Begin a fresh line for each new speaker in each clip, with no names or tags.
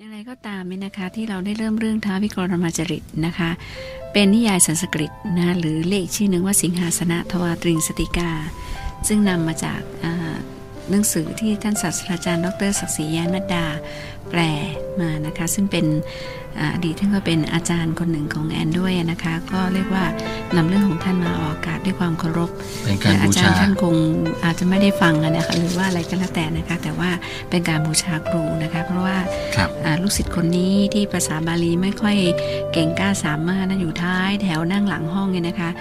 ดก็ตามเนี่ยนะคะที่เราได้เริ่มเรื่องท้าวิกรธรรมจริตนะคะ เป็นนิยายสันสกฤตนะหรือเรียกอีกชื่อหนึ่งว่าสิงหาสนะทวาตริงสติกา ซึ่งนำมาจากอ่าหนังสือที่ท่านศาสตราจารย์ดรศักดิ์ศรีแย้มนัดดาแปลมานะคะ ซึ่งเป็นอ่าอดีตท่านก็เป็นอาจารย์คนหนึ่งของแอนด้วยนะคะ ก็เรียกว่านำเรื่องของท่านมาออกอากาศด้วยความเคารพ
เป็นการ
อา
บู
จาร
ชา
ย์ท่านคงอาจจะไม่ได้ฟังอะนะคะหรือว่าอะไรก็แล้วแต่นะคะ แต่ว่าเป็นการบูชาครูนะคะ เพราะว่า
ครับ
อ่าลูกศิษย์คนนี้ที่ภาษาบาลีไม่ค่อยเก่งกล้าสามารถนะอยู่ท้ายแถวนั่งหลังห้องเนี่ยนะคะ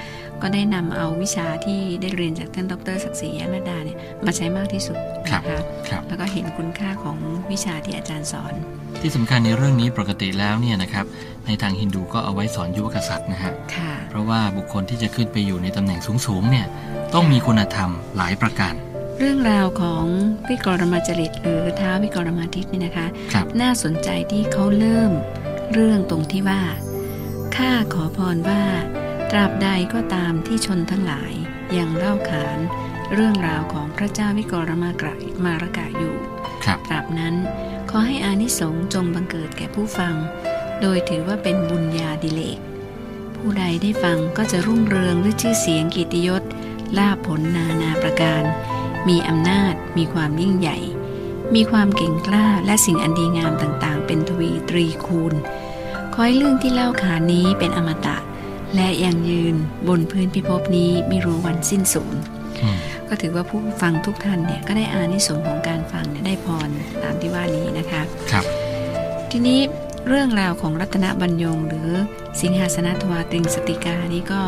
ก็ได้นำเอาวิชาที่ได้เรียนจากท่านดรศักดิ์ศรียานดาเนี่ยมาใช้มากที่สุด
ครับ
นะคะ
ครับ
แล้วก็เห็นคุณค่าของวิชาที่อาจารย์สอน
ที่สำคัญในเรื่องนี้ปกติแล้วเนี่ยนะครับ ในทางฮินดูก็เอาไว้สอนยุวกษัตริย์นะฮะ
ค่ะ
เพราะว่าบุคคลที่จะขึ้นไปอยู่ในตำแหน่งสูงๆเนี่ย ต้องมีคุณธรรมหลายประการ
เรื่องราวของวิกรมาจริตหรือท้าววิกรมาทิตเนี่ยนะคะ
ครับ
น่าสนใจที่เขาเริ่มเรื่องตรงที่ว่า ข้าขอพรว่า ตราบใดก็ตามที่ชนทั้งหลายยังเล่าขานเรื่องราวของพระเจ้าวิกรมากรายมารกะอยู่
ครับ
ตราบนั้น ขอให้อานิสงส์จงบังเกิดแก่ผู้ฟัง โดยถือว่าเป็นบุญญาดิเลก ผู้ใดได้ฟังก็จะรุ่งเรืองด้วยชื่อเสียงกิตติยศลาภผลนานาประการ มีอำนาจ มีความยิ่งใหญ่ มีความเก่งกล้าและสิ่งอันดีงามต่างๆ เป็นทวีตรีคูณ ขอให้เรื่องที่เล่าขานนี้เป็นอมตะ และยังยืนบนพื้นพิภพนี้ไม่รู้วันสิ้นสูญ
อืม
ก็ถือว่าผู้ฟังทุกท่านเนี่ยก็ได้อานิสงส์ของการฟังเนี่ยได้พรตามที่ว่านี้นะคะ
ครับ
ทีนี้เรื่องราวของรัตนบรรยง หรือสิงหาสนทวาตริงสติกานี้ก็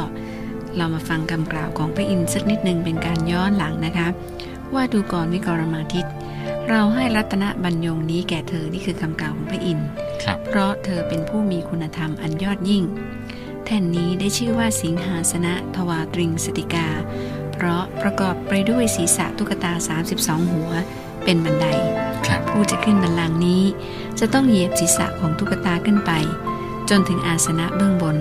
เรามาฟังคำกล่าวของพระอินทร์สักนิดหนึ่งเป็นการย้อนหลังนะคะ ว่าดูก่อนวิกรมาทิตย์เราให้รัตนบรรยงนี้แก่เธอนี่คือคำกล่าวของพระอินทร์
ครับ
เพราะเธอเป็นผู้มีคุณธรรมอันยอดยิ่ง แท่นนี้ได้ชื่อว่าสิงหาสนะทวาตริงสติกา เพราะประกอบไปด้วยศีรษะตุ๊กตา 32 หัว เป็นบันได
ครับ
ผู้จะขึ้นบันลังก์นี้ จะต้องเหยียบศีรษะของตุ๊กตาขึ้นไป จนถึงอาสนะเบื้องบน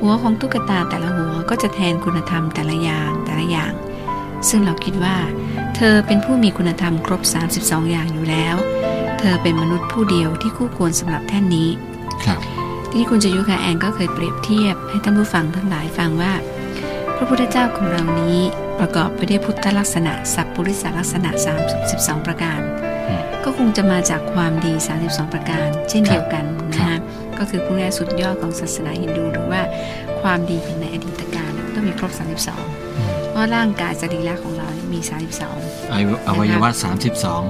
หัวของตุ๊กตาแต่ละหัวก็จะแทนคุณธรรมแต่ละอย่างแต่ละอย่าง ซึ่งเราคิดว่า เธอเป็นผู้มีคุณธรรมครบ 32 อย่างอยู่แล้ว เธอเป็นมนุษย์ผู้เดียวที่คู่ควรสำหรับแท่นนี้
ครับ
ที่นี่คุณจะยุคาแอนก็เคยเปรียบเทียบให้ท่านผู้ฟังทั้งหลายฟังว่า พระพุทธเจ้าของเรานี้ประกอบไปด้วยพุทธลักษณะ สัพพุริสลักษณะ 32 ประการ
อืม
ก็คงจะมาจากความดี 32 ประการ เช่นเดียวกันนะ
ครั
ฮะ
บ
ก็คือผู้แรกสุดยอดของศาสนาฮินดู หรือว่าความดีอย่างในอดีตการเนี่ยก็ต้องมีครบ 32
อืม
เพราะร่างกายสรีระของเราเนี่ยมี 32
อวัยวอวัยวะ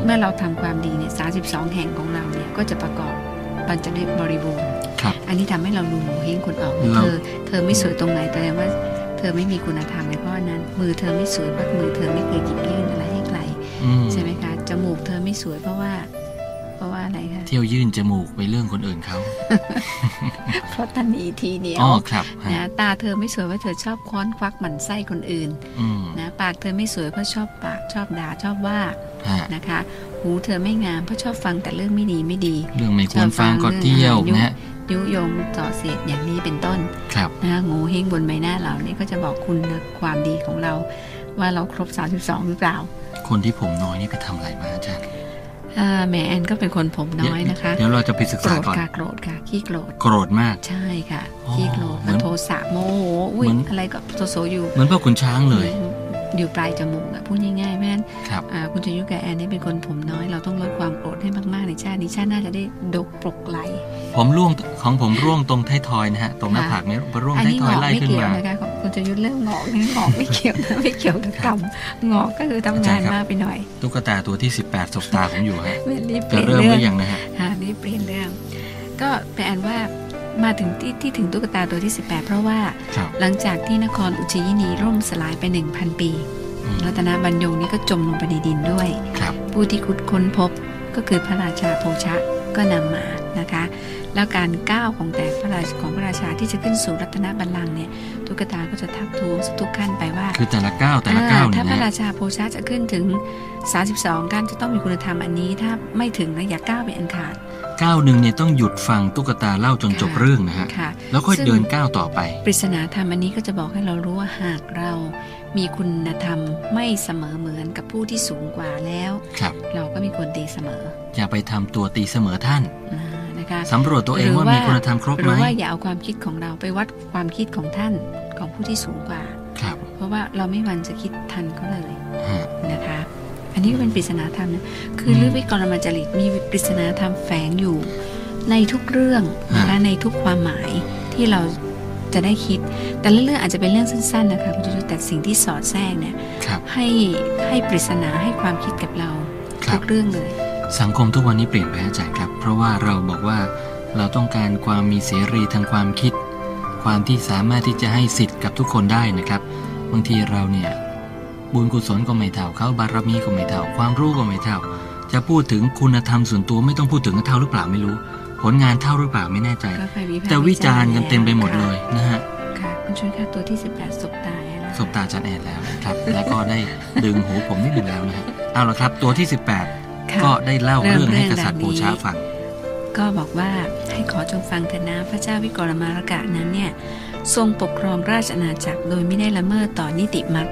เมื่อเราทำความดีเนี่ย32 แห่งของเราเนี่ยก็จะประกอบปัญจได้บริบูรณ์
32 ครับ
อันนี้ทำให้เราดูโงเห้งคนออก
เรา
เธอ เธอไม่สวยตรงไหนแสดงว่า เธอไม่มีคุณธรรมในข้อนั้น มือเธอไม่สวยเพราะมือเธอไม่เคยหยิบยื่นอะไรให้ใคร
อืม
ใช่ไหมคะ จมูกเธอไม่สวยเพราะว่า เพราะว่าอะไรคะ
เที่ยวยื่นจมูกไปเรื่องคนอื่นเขา
เพราะตันอีทีเดียว
อ๋อ ครับฮะ
นะตาเธอไม่สวยเพราะเธอชอบค้อนควักหมั่นไส้คนอื่น
อืม
นะ ปากเธอไม่สวยเพราะชอบปากชอบด่าชอบว่า
ฮะ
นะคะ หูเธอไม่งามเพราะชอบฟังแต่เรื่องไม่ดีไม่ดี
เรื่องไม่ควรฟังก็เที่ยวนะฮะ
ยุยงต่อเสียดอย่างนี้เป็นต้น
ครับ
นะคะงูเฮงบนใบหน้าเราเนี่ยก็จะบอกคุณนะความดีของเรา ว่าเราครบ 32 หรือเปล่า
คนที่ผมน้อยนี่ไปทำอะไรมาอาจารย์
เอ่อแหมแอนก็เป็นคนผมน้อยนะคะ
เดี๋ยวเราจะไปศึก
โกร
ษา
ธ
ก่อน
ค่ะโกรธค่ะขี้โกรธ
โกรธมาก
ใช่ค่ะ
อ๋อ
ขี้โกรธ
เหมื
มั
อน
นโทสะโมโหอุ้ย
เหมือน
อะไรก็โทโซอยู่
เหมือนพ่อขุนช้างเลย
อยู่ปลายจมูกอะพูดง่ายๆเพราะฉะนั้น
ครับ
อ่าคุณจะยุกับแอนเนี่ยเป็นคนผมน้อย เราต้องลดความโกรธให้มากๆในชาตินี้ชาติหน่าจะได้ดกปลกไหล
ผมร่วงของผมร่วงตรงท้ายทอยนะฮะ ตรงหน้า
ค่ะ
ผากเนี่ยร่วง
อัน
ท้าย
นี้
ท
หง
อ
อ
ย
ก
ไล่
ไม่
ขึ้น
เกี่ยว
มา
นะคะของคุณจะยุดเรื่องหงอกนี่หงอกไม่เกี่ยวนะไม่เกี่ยวกับกรรมหงอกก็คือทำ
อาจา
า
ง
ร
ย์
น
ครับ
มากไปหน่อย
ตุ๊กตาตัวที่ 18 สบตาผมอยู่ฮะ
ไม่รีบเป
จะ
ลี่ยน
เริ่ม
เรื่
ห
อ
รื
ง
อยังนะฮะ
ค่ะรีบเปลี่ยนเรื่อง ก็แปลว่ามาถึงที่ที่ถึงตุ๊กตาตัวที่ 18 เพราะว่า
ครับ
หลังจากที่นครอุชยินีร่มสลายไป 1,000 ปี
อืม
รัตนบัญยงนี้ก็จมลงไปในดินด้วย
ครับ
ผู้ที่คุดค้นพบก็คือพระราชาโพชะก็นำมานะคะ แล้วการก้าวของแต่พระราชของพระราชาที่จะขึ้นสู่รัตนบัลลังก์เนี่ยตุ๊กตาก็จะทับทวงทุกขั้นไปว่า
คือแต่ละก้าวแต่ละก้าวเนี่
ถ้าย พระ
นะ
รา
ฮะ
ชาโพชาจะขึ้นถึง 32 การจะต้องมีคุณธรรมอันนี้ ถ้าไม่ถึงนะอย่าก้าวเป็นอันขาด
ก้าวหนึ่งเนี่ยต้องหยุดฟังตุ๊กตาเล่าจน
ค่ะ
จบเรื่องนะฮะ
ค่ะ
แล้วค่อย
ซึ่ง
เดินก้าวต่อไป
ปริศนาธรรมอันนี้ก็จะบอกให้เรารู้ว่าหากเรา มีคุณธรรมไม่เสมอเหมือนกับผู้ที่สูงกว่าแล้ว
ครับ
เราก็มีคนตีเสมอ
อย่าไปทำตัวตีเสมอท่าน
อ่านะ นะคะ
สำรวจตัวเอง
หรื
ว่ามีคุณธรรมครบ
ห
ไห
รื
ม
อว่าอย่าเอาความคิดของเราไปวัดความคิดของท่านของผู้ที่สูงกว่า
ครับ
เพราะว่าเราไม่วันจะคิดทันเขาเลย
ฮะ
นะคะ อันนี้ก็เป็นปริศนาธรรมนะคือ
อืม
ลือวิกรมจริตมีปริศนาธรรมแฝงอยู่ ในทุกเรื่องนะคะ
ฮะ
ในทุกความหมายที่เราจะได้คิด แต่ละเรื่องอาจจะเป็นเรื่องสั้นๆนะคะคุณจุ๊แต่สิ่งที่สอดแทรกเนี่ย
ครับ
ให้ให้ปริศนาให้ความคิดกับเรา
ครั
ทุ
บ
กเรื่องเลย
สังคมทุกวันนี้เปลี่ยนไปอาจารย์ครับ เพราะว่าเราบอกว่าเราต้องการความมีเสรีทางความคิด ความที่สามารถที่จะให้สิทธิ์กับทุกคนได้นะครับ บางทีเราเนี่ยบุญกุศลก็ไม่เท่าเขาบารมีก็ไม่เท่า ความรู้ก็ไม่เท่า จะพูดถึงคุณธรรมส่วนตัวไม่ต้องพูดถึงเท่าหรือเปล่าไม่รู้ ผลงานเท่าหรือเปล่าไม่แน่ใจ
ก็ไปวิพากษ์
แต่วิจารณ์กันเต็มไปหมดเลยนะฮะ
ค่ะคุณชวนค่ะตัวที่ 18ศพตายนะคะ
สบตาอาจารย์แอนแล้วนะครับ แล้วก็ได้ดึงหูผมนิดหนึ่งแล้วนะฮะเอาละครับตัวที่
ค่ะ
18 ก็ได้เล่าเรื่องให้กษัตริย์
เริ่
ปู
มเรื่อ
ชา
งา
ร
วนี้
ฟัง
ก็บอกว่าให้ขอจงฟังเถิดนะพระเจ้าวิกรมารกะนั้นเนี่ยทรงปกครองราชอาณาจักรโดยไม่ได้ละเมิดต่อนิติมัก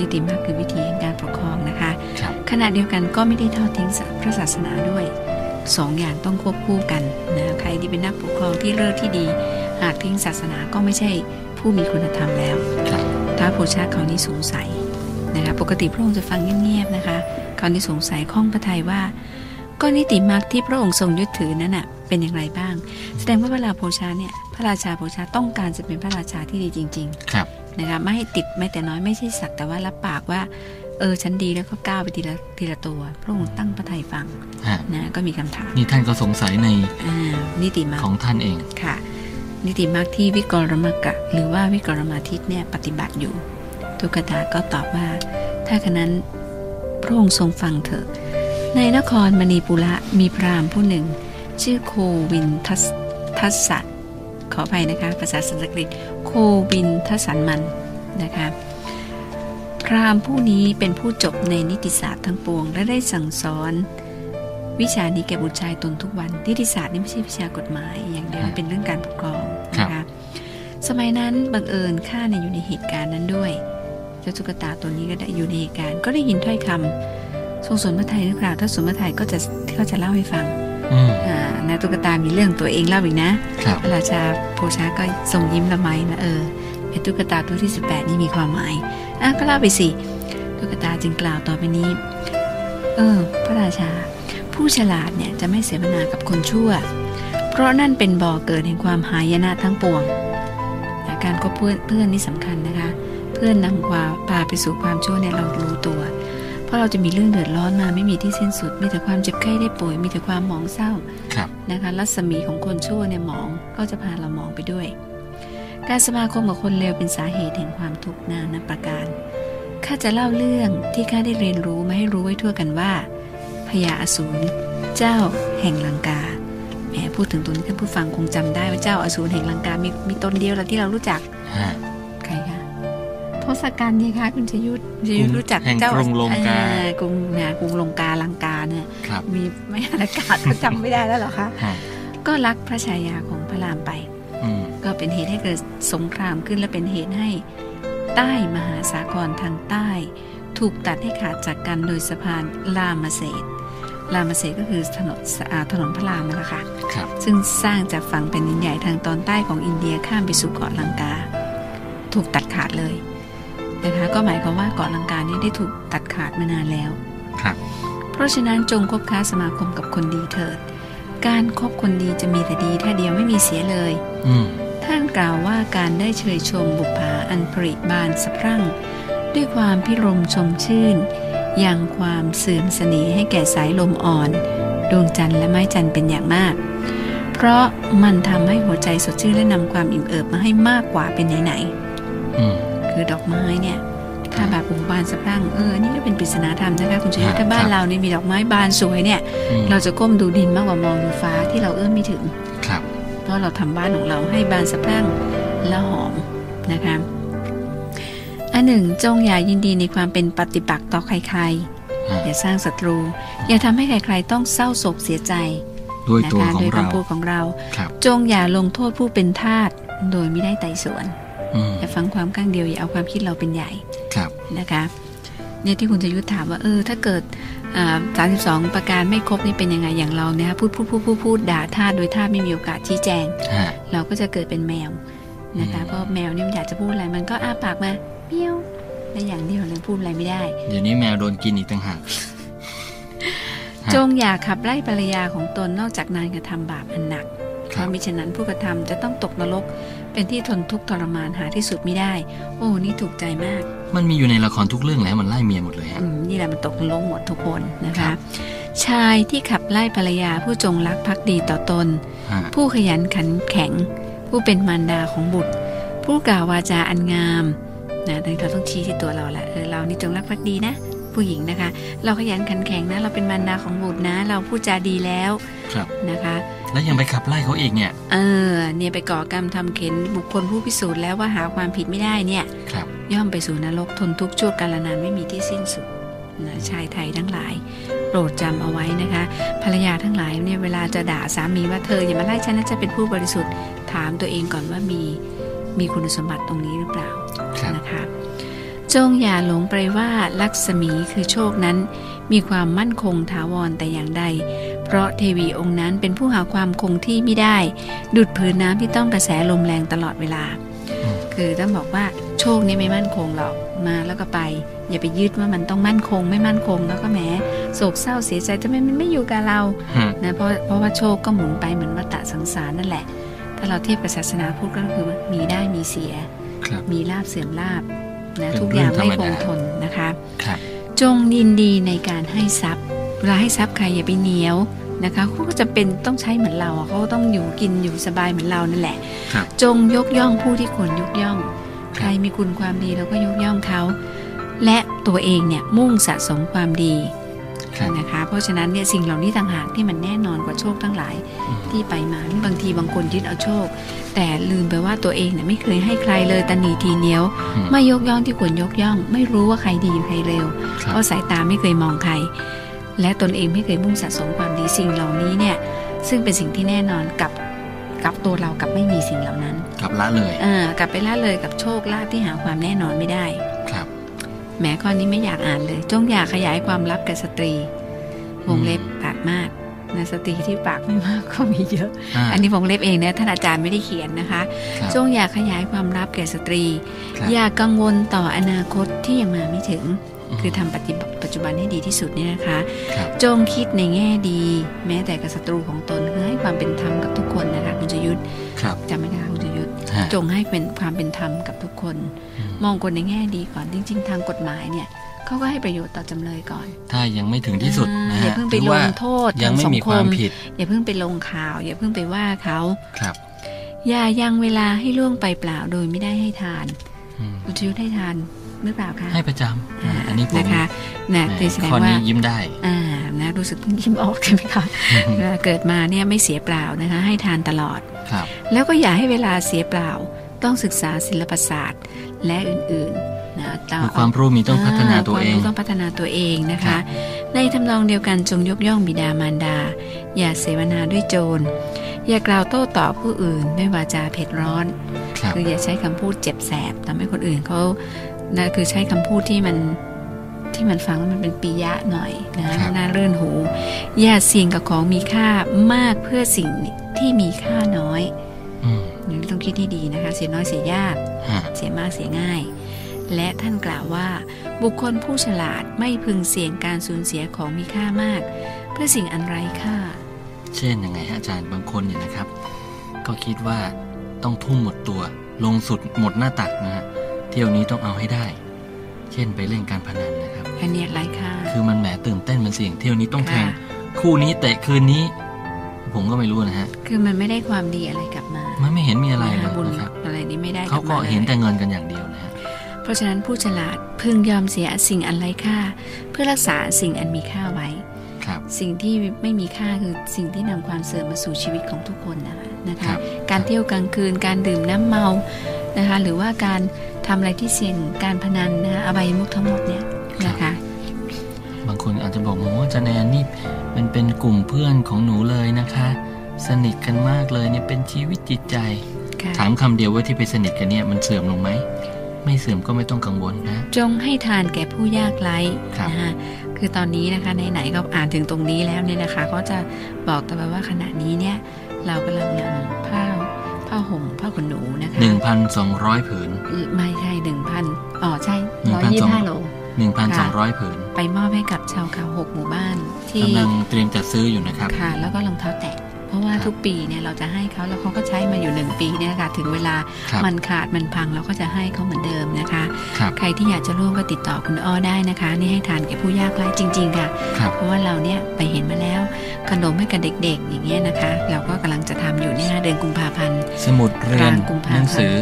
นิติมักคือวิธีแห่งการปกครองนะคะ
ครับ
ขณะเดียวกันก็ไม่ได้ทอดทิ้งพระศาสนาด้วยสองอย่างต้องควบคู่กันนะใครที่เป็นนักปกครองที่เลิศที่ดี หากทิ้งศาสนาก็ไม่ใช่ผู้มีคุณธรรมแล้ว
ครับ
พระโพชาคราวนี้สงสัยนะคะปกติพระองค์จะฟังเงียบๆนะคะคราวนี้สงสัยข้องพระทัยว่า ก็นิติมรรคที่พระองค์ทรงยึดถือนั้นน่ะเป็นอย่างไรบ้าง แสดงว่าพระราโพชาเนี่ยพระราชาโพชาต้องการจะเป็นพระราชาที่ดีจริง
ครับ
ๆนะคะไม่ให้ติดไม่แต่น้อยไม่ใช่สักแต่ว่ารับปากว่าเออฉันดีแล้วก็ก้าวไปทีละทีละตัว พระองค์ตั้งพระทัยฟัง
ฮะ
นะก็มีคำถาม
นี่ท่านก็สงสัยใน
อ่านิติมรรค
ของท่านเอง
ค่ะ นิติมรรคที่วิกรมกะ หรือว่าวิกรมาทิตย์เนี่ยปฏิบัติอยู่ ตุกตาก็ตอบว่า ถ้าขนั้นพระองค์ทรงฟังเถอะ ในนครมณีปุระมีพราหมณ์ผู้หนึ่ง ชื่อโควินทัสทัสสะขออภัยนะคะภาษาสันสกฤตโควินทัสสันมันนะคะพราหมณ์ผู้นี้เป็นผู้จบในนิติศาสตร์ทั้งปวง และได้สั่งสอน วิชานี้แก่บุตรชายตนทุกวัน นิติศาสตร์นี่ไม่ใช่วิชากฎหมายอย่างเดียว
ครับ
เป็นเรื่องการปกครอง
ครั
นะ
บ
คะสมัยนั้นบังเอิญข้าเนี่ยอยู่ในเหตุการณ์นั้นด้วย เจ้าตุ๊กตาตัวนี้ก็ได้อยู่ในเหตุการณ์ก็ได้ยินถ้อยคำทรงสนพระไทยหรือเปล่าถ้าสนพระไทยก็จะก็จะเล่าให้ฟัง
อืม
อ่านะตุ๊กตามีเรื่องตัวเองเล่าอีกนะครับ พระราชาโพชาก็ทรงยิ้มละไมนะเออไอ้ตุ๊กตาตัวที่ 18 นี่มีความหมายอ่ะก็เล่าไปสิตุ๊กตาจึงกล่าวต่อไปนี้ เออ พระราชา ผู้ฉลาดเนี่ยจะไม่เสวนากับคนชั่ว เพราะนั่นเป็นบ่อเกิดแห่งความหายนะทั้งปวงนะการคบเพื่อนเพื่อนนี่สำคัญนะคะ เพื่อนนำกว่าพาไปสู่ความชั่วเนี่ยเรารู้ตัว เพราะเราจะมีเรื่องเดือดร้อนมาไม่มีที่สิ้นสุด มีแต่ความเจ็บไข้ได้ป่วย มีแต่ความหมองเศร้า
ครับ
นะคะรัศมีของคนชั่วเนี่ยหมองก็จะพาเราหมองไปด้วย การสมาคมกับคนเลวเป็นสาเหตุแห่งความทุกข์นานาประการ ข้าจะเล่าเรื่องที่ข้าได้เรียนรู้มาให้รู้ไว้ทั่วกันว่าพญาอสูรเจ้าแห่งลังกาแหมพูดถึงตัวนี้ท่านผู้ฟังคงจำได้ว่าเจ้าอสูรแห่งลังกา มีมีตนเดียวแหละที่เรารู้จัก
ฮะ
ใครคะทศกัณฐ์นี่คะคุณชยุทธชยุทธรู้จัก
แห่ง
เจ้าก
รุงลง
อ่
กา
กรุงนะกรุงลงกาลังกาเนี่ย
ครับ
มีไม่อานอากาศก็จำไม่ได้แล้วเหรอคะ
ฮะ
ก็รักพระชายาของพระรามไป
อืม
ก็เป็นเหตุให้เกิดสงครามขึ้นและเป็นเหตุให้ใต้มหาสาครทางใต้ ถูกตัดให้ขาดจากกันโดยสะพานรามเสดรามเสดก็คือถนนอ่าถนนพระรามนั่นแหละค่ะ
ครับ
ซึ่งสร้างจากฝั่งแผ่นดินใหญ่ทางตอนใต้ของอินเดียข้ามไปสู่เกาะลังกา ถูกตัดขาดเลยนะคะก็หมายความว่าเกาะลังกานี้ได้ถูกตัดขาดมานานแล้ว
ครับ
เพราะฉะนั้นจงคบค้าสมาคมกับคนดีเถิด การคบคนดีจะมีแต่ดีถ้าเดียวไม่มีเสียเลย
อืม
ท่านกล่าวว่าการได้เชยชมบุปผาอันปริบานสะพรั่ง ด้วยความพิรมชมชื่นยังความเสื่อมเสน่ห์ให้แก่สายลมอ่อน ดวงจันทร์และไม้จันทร์เป็นอย่างมาก เพราะมันทำให้หัวใจสดชื่นและนำความอิ่มเอิบมาให้มากกว่าเป็นไหน
อืม
ๆคือดอกไม้เนี่ย ถ้าแบบบุบานสะพรั่งเออ นี่ก็เป็นปริศนาธรรมนะคะคุณชย
ครั
ศ
บ
ถ้าบ้านเรานี่มีดอกไม้บานสวยเนี่ย
อืม
เราจะก้มดูดินมากกว่ามองดูฟ้าที่เราเอื้อมไม่ถึง
ครับ
เพราะเราทำบ้านของเราให้บานสะพรั่งและหอมนะคะอันหนึ่งจงอย่ายินดีในความเป็นปฏิปักษ์ต่อใคร
ฮะ
ๆ อย่าสร้างศัตรู อย่าทำให้ใครๆ ต้องเศร้าโศกเสียใจ
ด้วย
นะ
ตัว
คะ
ขอ
โด
ง
ย
เรา
คำพูดของเรา
ครับ
จงอย่าลงโทษผู้เป็นทาสโดยไม่ได้ไต่สวน
อืม
อย่าฟังความข้างเดียวอย่าเอาความคิดเราเป็นใหญ่
ครับ
นะคะ เนี่ยที่คุณจะยุทธถามว่าเออ ถ้าเกิดสามสิบสองประการไม่ครบนี่เป็นยังไงอย่างเราเนี่ยฮะพูดพูดพูดพูดพูดด่าท่าสโดยท่าสไม่มีโอกาสชี้แจง
ฮะ
เราก็จะเกิดเป็นแมวนะคะ
อืม
เพราะแมวเนี่ยมันอยากจะพูดอะไรมันก็อ้าปากมาเปี้ยวและอย่างเดียวเลยพูดอะไรไม่ได้
เดี๋ยวนี้แมวโดนกินอีกต่างหาก ฮะ
จงอย่าขับไล่ภรรยาของตนนอกจากนานกระทำบาปอันหนัก
ค
เพ
รับ
ราะมิฉะนั้นผู้กระทำจะต้องตกนรก เป็นที่ทนทุกข์ทรมานหาที่สุดไม่ได้ โอ้นี่ถูกใจมาก
มันมีอยู่ในละครทุกเรื่องแล้วมันไล่เมียหมดเลยฮะ
อืมนี่แหละมันตกนรกหมดทุกคนนะ
ครั
คะ
บ
ชายที่ขับไล่ภรรยาผู้จงรักภักดีต่อตน
ฮะ
ผู้ขยันขันแข็ง ผู้เป็นมารดาของบุตร ผู้กล่าววาจาอันงามนะตอนนี้เราต้องชี้ที่ตัวเราละเออเรานี่จงรักภักดีนะ ผู้หญิงนะคะ เราขยันขันแข็งนะ เราเป็นมารดาของบุตรนะ เราพูดจาดีแล้ว
ครับ
นะคะ
แล้วยังไปขับไล่เขาอีกเนี่ย
เออเนี่ยไปก่อกรรมทำเข็นบุคคลผู้พิสูจน์แล้วว่าหาความผิดไม่ได้เนี่ย
ครับ
ย่อมไปสู่นรกทนทุกข์ชั่วกาลนานไม่มีที่สิ้นสุดนะชายไทยทั้งหลาย โปรดจำเอาไว้นะคะ ภรรยาทั้งหลายเนี่ยเวลาจะด่าสามีว่าเธออย่ามาไล่ฉันนะจะเป็นผู้บริสุทธิ์ถามตัวเองก่อนว่ามีมีคุณสมบัติตรงนี้หรือเปล่า
ครับ
นะคะจงอย่าหลงไปว่าลักษมีคือโชคนั้น มีความมั่นคงถาวรแต่อย่างใด เพราะเทวีองค์นั้นเป็นผู้หาความคงที่ไม่ได้ ดุดพื้นน้ำที่ต้องกระแสลมแรงตลอดเวลา
อืม
คือต้องบอกว่าโชคเนี่ยไม่มั่นคงหรอกมาแล้วก็ไป อย่าไปยึดว่ามันต้องมั่นคง ไม่มั่นคงแล้วก็แหมโศกเศร้าเสียใจทำไมมันไม่อยู่กับเรา
ฮะ
นะเพราะเพราะว่าโชคก็หมุนไปเหมือนวัฏฏะสังสารนั่นแหละ ถ้าเราเทียบกับศาสนาพุทธก็คือมีได้มีเสีย
ครับ
มีลาบเสื่อมลาบนะ
เป็น
ทุกอย่าง
เรื่
ไม่
องธรรมดา
คงทนนะคะ
ครับ
จงยินดีในการให้ทรัพย์เวลาให้ทรัพย์ใครอย่าไปเหนียวนะคะเขาก็จะเป็นต้องใช้เหมือนเราอะเขาก็ต้องอยู่กินอยู่สบายเหมือนเรานั่นแหละ
ครับ
จงยกย่องผู้ที่ควรยกย่อง
ครับ
ใครมีคุณความดีเราก็ยกย่องเขา และตัวเองเนี่ยมุ่งสะสมความดี
ครับ
นะคะ เพราะฉะนั้นเนี่ยสิ่งเหล่านี้ต่างหากที่มันแน่นอนกว่าโชคทั้งหลาย
อืม
ที่ไปมาบางทีบางคนยึดเอาโชค แต่ลืมไปว่าตัวเองเนี่ยไม่เคยให้ใครเลยตันหนีทีเหนียว
อืม
ไม่ยกย่องที่ควรยกย่อง ไม่รู้ว่าใครดีใครเร็ว
ครั
เพ
บ
ราะสายตาไม่เคยมองใคร และตนเองไม่เคยมุ่งสะสมความดีสิ่งเหล่านี้เนี่ยซึ่งเป็นสิ่งที่แน่นอนกับกับตัวเรากับไม่มีสิ่งเหล่านั้น
ครับละเลย
เอ่อกลับไปละเลยกับโชคลาภที่หาความแน่นอนไม่ได้
ครับ
แหมข้อนี้ไม่อยากอ่านเลย จงอย่าขยายความลับแก่สตรี วงเล็บปากมากนะสตรีที่ปากไม่มากก็มีเยอะ
อ่า
อันนี้วงเล็บเองนะท่านอาจารย์ไม่ได้เขียนนะคะ
ครับ
จงอย่าขยายความลับแก่สตรี
ครับ
อย่ากังวลต่ออนาคตที่ยังมาไม่ถึง
ม
คือทำปฏิบัติปัจจุบันให้ดีที่สุดเนี่ยนะคะ
ครับ
จงคิดในแง่ดี แม้แต่กับศัตรูของตนคือให้ความเป็นธรรมกับทุกคนนะคะคุณจยุทธ
ครับ
จำไว้นะคะคุณจยุทธ
ฮะ
จงให้เป็นความเป็นธรรมกับทุกคน
อืม
มองคนในแง่ดีก่อนจริง ๆ ทางกฎหมายเนี่ยเขาก็ให้ประโยชน์ต่อจำเลยก่อน
ถ้ายังไม่ถึงที่สุดนะ
อย่า
ฮะ
เพิ่งไป
ถือ
ล
ว่าง
โทษ
ยัง
ทาง
ไม่
สัง
มี
ค
ความ
ม
ผิด
อย่าเพิ่งไปลงข่าว อย่าเพิ่งไปว่าเขา
ครับ
อย่ายังเวลาให้ล่วงไปเปล่าโดยไม่ได้ให้ทาน
อืม
คุณจยุทธให้ทานหรือเปล่าคะ
ให้ประจำอ่าอันนี้ผม
นะคะนะ
แหม
คือแสดง
ข้อ
ว่า
นี้ยิ้มได้
อ่านะรู้สึกเพิ่งยิ้มออกใช่ ไหมคะเวลาเกิดมาเนี่ยไม่เสียเปล่านะคะให้ทานตลอด
ครับ
แล้วก็อย่าให้เวลาเสียเปล่า ต้องศึกษาศิลปศาสตร์และอื่นๆนะต่อ
คือความรู้มีต้องพัฒนาตัวเอ
คว
ง
มรู้ต้องพัฒนาตัวเองนะ
ครั
คะ
บ
ในทำนองเดียวกันจงยกย่องบิดามารดา อย่าเสวนาด้วยโจร อย่ากล่าวโต้ตอบผู้อื่นด้วยวาจาเผ็ดร้อน
ครับ
คืออย่าใช้คำพูดเจ็บแสบทำให้คนอื่นเขานะคือใช้คำพูดที่มันที่มันฟังแล้วมันเป็นปียะหน่อยนะครับ น่าเลื่อนหู อย่าเสี่ยงกับของมีค่ามากเพื่อสิ่งที่มีค่าน้อย
อืม
นี่ต้องคิดให้ดีนะคะ เสียน้อยเสียยาก
ฮะ
เสียมากเสียง่าย และท่านกล่าวว่า บุคคลผู้ฉลาดไม่พึงเสี่ยงการสูญเสียของมีค่ามาก เพื่อสิ่งอันไร้ค่า
เช่นยังไงฮะอาจารย์บางคนเนี่ยนะครับ ก็คิดว่าต้องทุ่มหมดตัว ลงสุดหมดหน้าตักนะฮะเที่ยวนี้ต้องเอาให้ได้ เช่นไปเล่นการพนันนะครับ
อันเนี้ยไร้ค่า
คือมันแหมตื่นเต้นมันเสี่ยงเที่ยวนี้ต้องแทง
ค่ะ
คู่นี้เตะคืนนี้ ผมก็ไม่รู้นะฮะ
คือมันไม่ได้ความดีอะไรกลับมา
มันไม่เห็นมีอะไรเลย
บุญ
นะครับ
อะไรนี้ไม่ได้ลับ
เขาก็
มลย
เห็นแต่เงินกันอย่างเดียวนะฮะ
เพราะฉะนั้นผู้ฉลาดพึงยอมเสียสิ่งอันไร้ค่า เพื่อรักษาสิ่งอันมีค่าไว้
ครับ
สิ่งที่ไม่มีค่าคือสิ่งที่นำความเสื่อมมาสู่ชีวิตของทุกคนนะคะนะ
ครั
คะ
บ
การเที่ยวกลางคืนการดื่มน้ำเมานะคะ หรือว่าการทำอะไรที่เสี่ยงการพนันนะคะอบายมุขทั้งหมดเนี่ยนะคะ
บางคนอาจจะบอกโอ้อาจารย์แนนนี่มันเป็นกลุ่มเพื่อนของหนูเลยนะคะ สนิทกันมากเลยเนี่ยเป็นชีวิตจิตใจ
ค่ะ
ถามคำเดียวว่าที่ไปสนิทกันเนี่ยมันเสื่อมลงไหม ไม่เสื่อมก็ไม่ต้องกังวลนะ
จงให้ทานแก่ผู้ยากไร้
ครับ
นะคะคือตอนนี้นะคะไหนๆก็อ่านถึงตรงนี้แล้วเนี่ยนะคะ ก็จะบอกต่อไปว่าขณะนี้เนี่ย เรากำลังนำผ้าผ้าห่มผ้าขนหนูนะคะ
1,200 ผืน
ไม่ใช่หนึ่งพันอ๋อใช่
หนึ่
ร้
ง
อย
พัน
ยี่
สอง
สิบห้าโล
1,200 ผืน
ไปมอบให้กับชาวเขาหกหมู่บ้านที่
กำลังเตรียมจัดซื้ออยู่นะครับ
ค่ะแล้วก็รองเท้าแตะเพราะว่า
ครับ
ทุกปีเนี่ยเราจะให้เขาแล้วเขาก็ใช้มาอยู่หนึ่งปีเนี่ยค่ะถึงเวลา
ครับ
มันขาดมันพังเราก็จะให้เขาเหมือนเดิมนะคะ
ครับ
ใครที่อยากจะร่วมก็ติดต่อคุณอ้อได้นะคะ นี่ให้ทานแก่ผู้ยากไร้จริง ๆ ค่ะ
ครับ
เพราะว่าเราเนี่ยไปเห็นมาแล้วขนมให้กับเด็ก ๆ อย่างเงี้ยนะคะ เราก็กำลังจะทำอยู่เนี่ยนะเดือนกุมภาพันธ์
สมุดเรียน
กลางกุมภาพันธ์
หนังสือ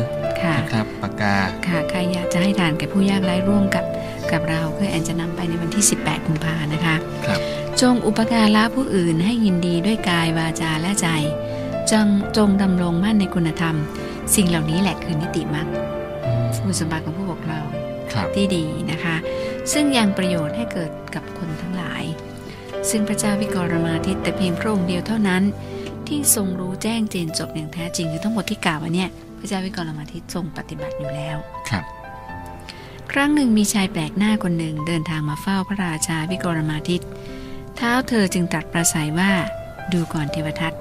ค่ะ
นะครับปากกา
ค่ะใครอยากจะให้ทานแก่ผู้ยากไร้ร่วมกับกับเราคือแอนจะนำไปในวันที่ 18 กุมภานะคะ
ครับ
จงอุปการะผู้อื่นให้ยินดีด้วยกายวาจาและใจ จงจงดำรงมั่นในคุณธรรม สิ่งเหล่านี้แหละคือนิติมรรค
อืม
คุณสมบัติของผู้ปกครอง
ครับ
ที่ดีนะคะ ซึ่งยังประโยชน์ให้เกิดกับคนทั้งหลาย ซึ่งพระเจ้าวิกรมาทิตย์แต่เพียงพระองค์เดียวเท่านั้น ที่ทรงรู้แจ้งเจนจบอย่างแท้จริงคือทั้งหมดที่กล่าวมาเนี่ยพระเจ้าวิกรมาทิตย์ทรงปฏิบัติอยู่แล้ว
ครับ
ครั้งหนึ่งมีชายแปลกหน้าคนหนึ่งเดินทางมาเฝ้าพระราชาวิกรมาทิตย์เท้าเธอจึงตรัดประสัยว่าดูก่อนเทวทัต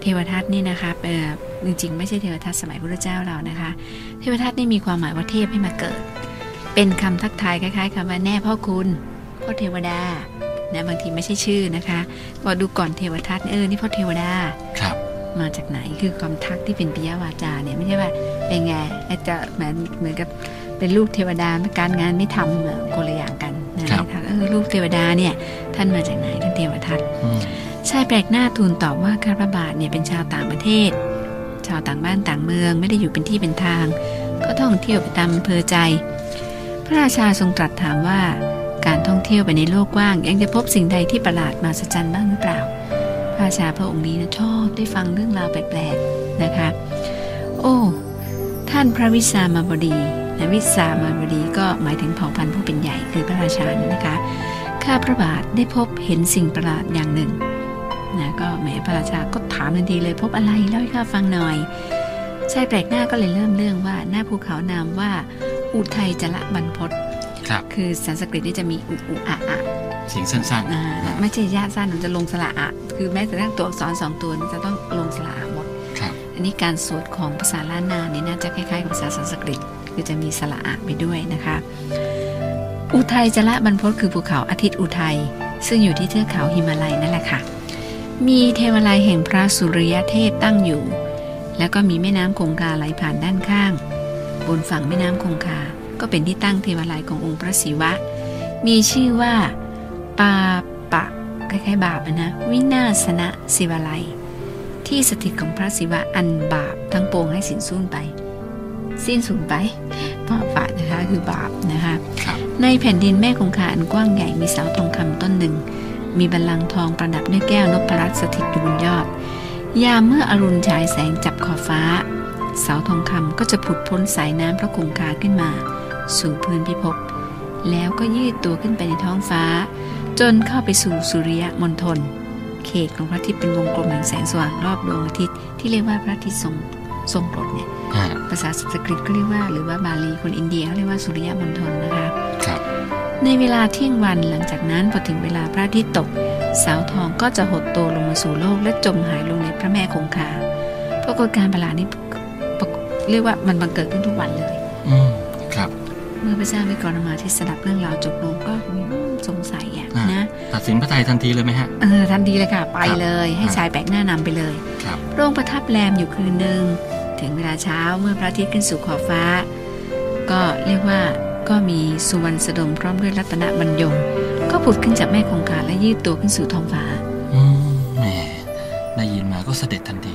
เทวทัตนี่นะคะเอ่อจริงๆ ไม่ใช่เทวทัตสมัยพระเจ้าเรานะคะ เทวทัตนี่มีความหมายว่าเทพให้มาเกิด เป็นคำทักทายคล้ายๆคำว่าแน่พ่อคุณพ่อเทวดานะบางทีไม่ใช่ชื่อนะคะก็ดูก่อนเทวทัตเออนี่พ่อเทวดา
ครับ
มาจากไหนคือความทักที่เป็นปิยวาจาเนี่ยไม่ใช่ว่าเป็นไงอาจจะเหมือนเหมือนกับเป็นลูกเทวดาการงานไม่ทำเหมือนคนละอย่างกันนะครับ ทักเออลูกเทวดาเนี่ยท่านมาจากไหนท่านเทวทัต
อืม
ชายแปลกหน้าทูลตอบว่าข้าพระบาทเนี่ยเป็นชาวต่างประเทศ ชาวต่างบ้านต่างเมืองไม่ได้อยู่เป็นที่เป็นทาง ก็ท่องเที่ยวไปตามอำเภอใจ พระราชาทรงตรัสถามว่าการท่องเที่ยวไปในโลกกว้าง ยังจะพบสิ่งใดที่ประหลาดมาสจันบ้างหรือเปล่า พระราชาพระองค์นี้นะชอบได้ฟังเรื่องราวแปลกๆนะคะ โอ้ ท่านพระวิสามาบดีนะวิสามาบดีก็หมายถึงเผ่าพันธุ์ผู้เป็นใหญ่คือพระราชานี่นะคะ ข้าพระบาทได้พบเห็นสิ่งประหลาดอย่างหนึ่งนะก็แหมพระราชาก็ถามทันทีเลยพบอะไรเล่าให้ข้าฟังหน่อยชายแปลกหน้าก็เลยเริ่มเรื่องว่าหน้าภูเขานามว่า อุทัยจละบรรพต
ครับ
คือสันสกฤตนี่จะมีอุอุอะอะ
เสียงสั้น
อ่าไม่ใช่ยะสั้นมันจะลงสระอะคือแม้แต่ทั้งตัวอักษรสองตัวมันจะต้องลงสระอะหมด
ๆ ครับ
อันนี้การสวดของภาษาล้านนาเนี่ยน่าจะคล้ายๆกับภาษาสันสกฤต คือจะมีสระอะไปด้วยนะคะ อุทัยจละบรรพตคือภูเขาอาทิตย์อุทัย ซึ่งอยู่ที่เทือกเขาหิมาลัยนั่นแหละค่ะ มีเทวาลัยแห่งพระสุริยเทพตั้งอยู่ แล้วก็มีแม่น้ำคงคาไหลผ่านด้านข้าง บนฝั่งแม่น้ำคงคา ก็เป็นที่ตั้งเทวาลัยขององค์พระศิวะ มีชื่อว่าปาปะคล้ายๆบาปอะนะ วินาสนะศิวาลัย ที่สถิตของพระศิวะอันบาปทั้งปวงให้สิ้นสูญไป สิ้นสูญไปปาปะนะคะคือบาปนะคะ
ครับ
ในแผ่นดินแม่คงคาอันกว้างใหญ่มีเสาทองคำต้นหนึ่ง มีบัลลังก์ทองประดับด้วยแก้วนพรัตน์สถิตอยู่บนยอด ยามเมื่ออรุณฉายแสงจับขอบฟ้า เสาทองคำก็จะผุดพ้นสายน้ำพระคงคาขึ้นมา สู่พื้นพิภพแล้วก็ยืดตัวขึ้นไปในท้องฟ้า จนเข้าไปสู่สุริยมณฑลเขตของพระอาทิตย์เป็นวงกลมแห่งแสงสว่างรอบดวงอาทิตย์ที่เรียกว่าพระอาทิตย์ทรงทรงกรดเนี่ย
อ่า
ภาษาสันสกฤตก็เรียกว่าหรือว่าบาลีคนอินเดียเขาเรียกว่าสุริยมณฑลนะคะ
ครับ
ในเวลาเที่ยงวันหลังจากนั้นพอถึงเวลาพระอาทิตย์ตก สาวทองก็จะหดตัวลงมาสู่โลกและจมหายลงในพระแม่คงคาปรากฏการณ์ประหลาดนี้ปรากฏเรียกว่ามันบังเกิดขึ้นทุกวันเลย
อืม ครับ
เมื่อพระเจ้าวิกรมาทิตย์สดับเรื่องราวจบลงก็อืมสงสัยอ่ะ
อ่าน
นะ
ตัดสินพระไทยทันทีเลยไหมฮะ
เออทันทีเลยค่ะ ไปเลยให้
อ่า
ชายแปลกหน้านำไปเลย
ครับ
พระองค์ประทับแรมอยู่คืนหนึ่งถึงเวลาเช้าเมื่อพระอาทิตย์ขึ้นสู่ขอบฟ้า ก็เรียกว่าก็มีสุวรรณสดมพร้อมด้วยรัตนบรรยง ก็ผุดขึ้นจากแม่คงคาและยืดตัวขึ้นสู่ท้องฟ้า
อืมแหมได้ยินมาก็เสด็จทันที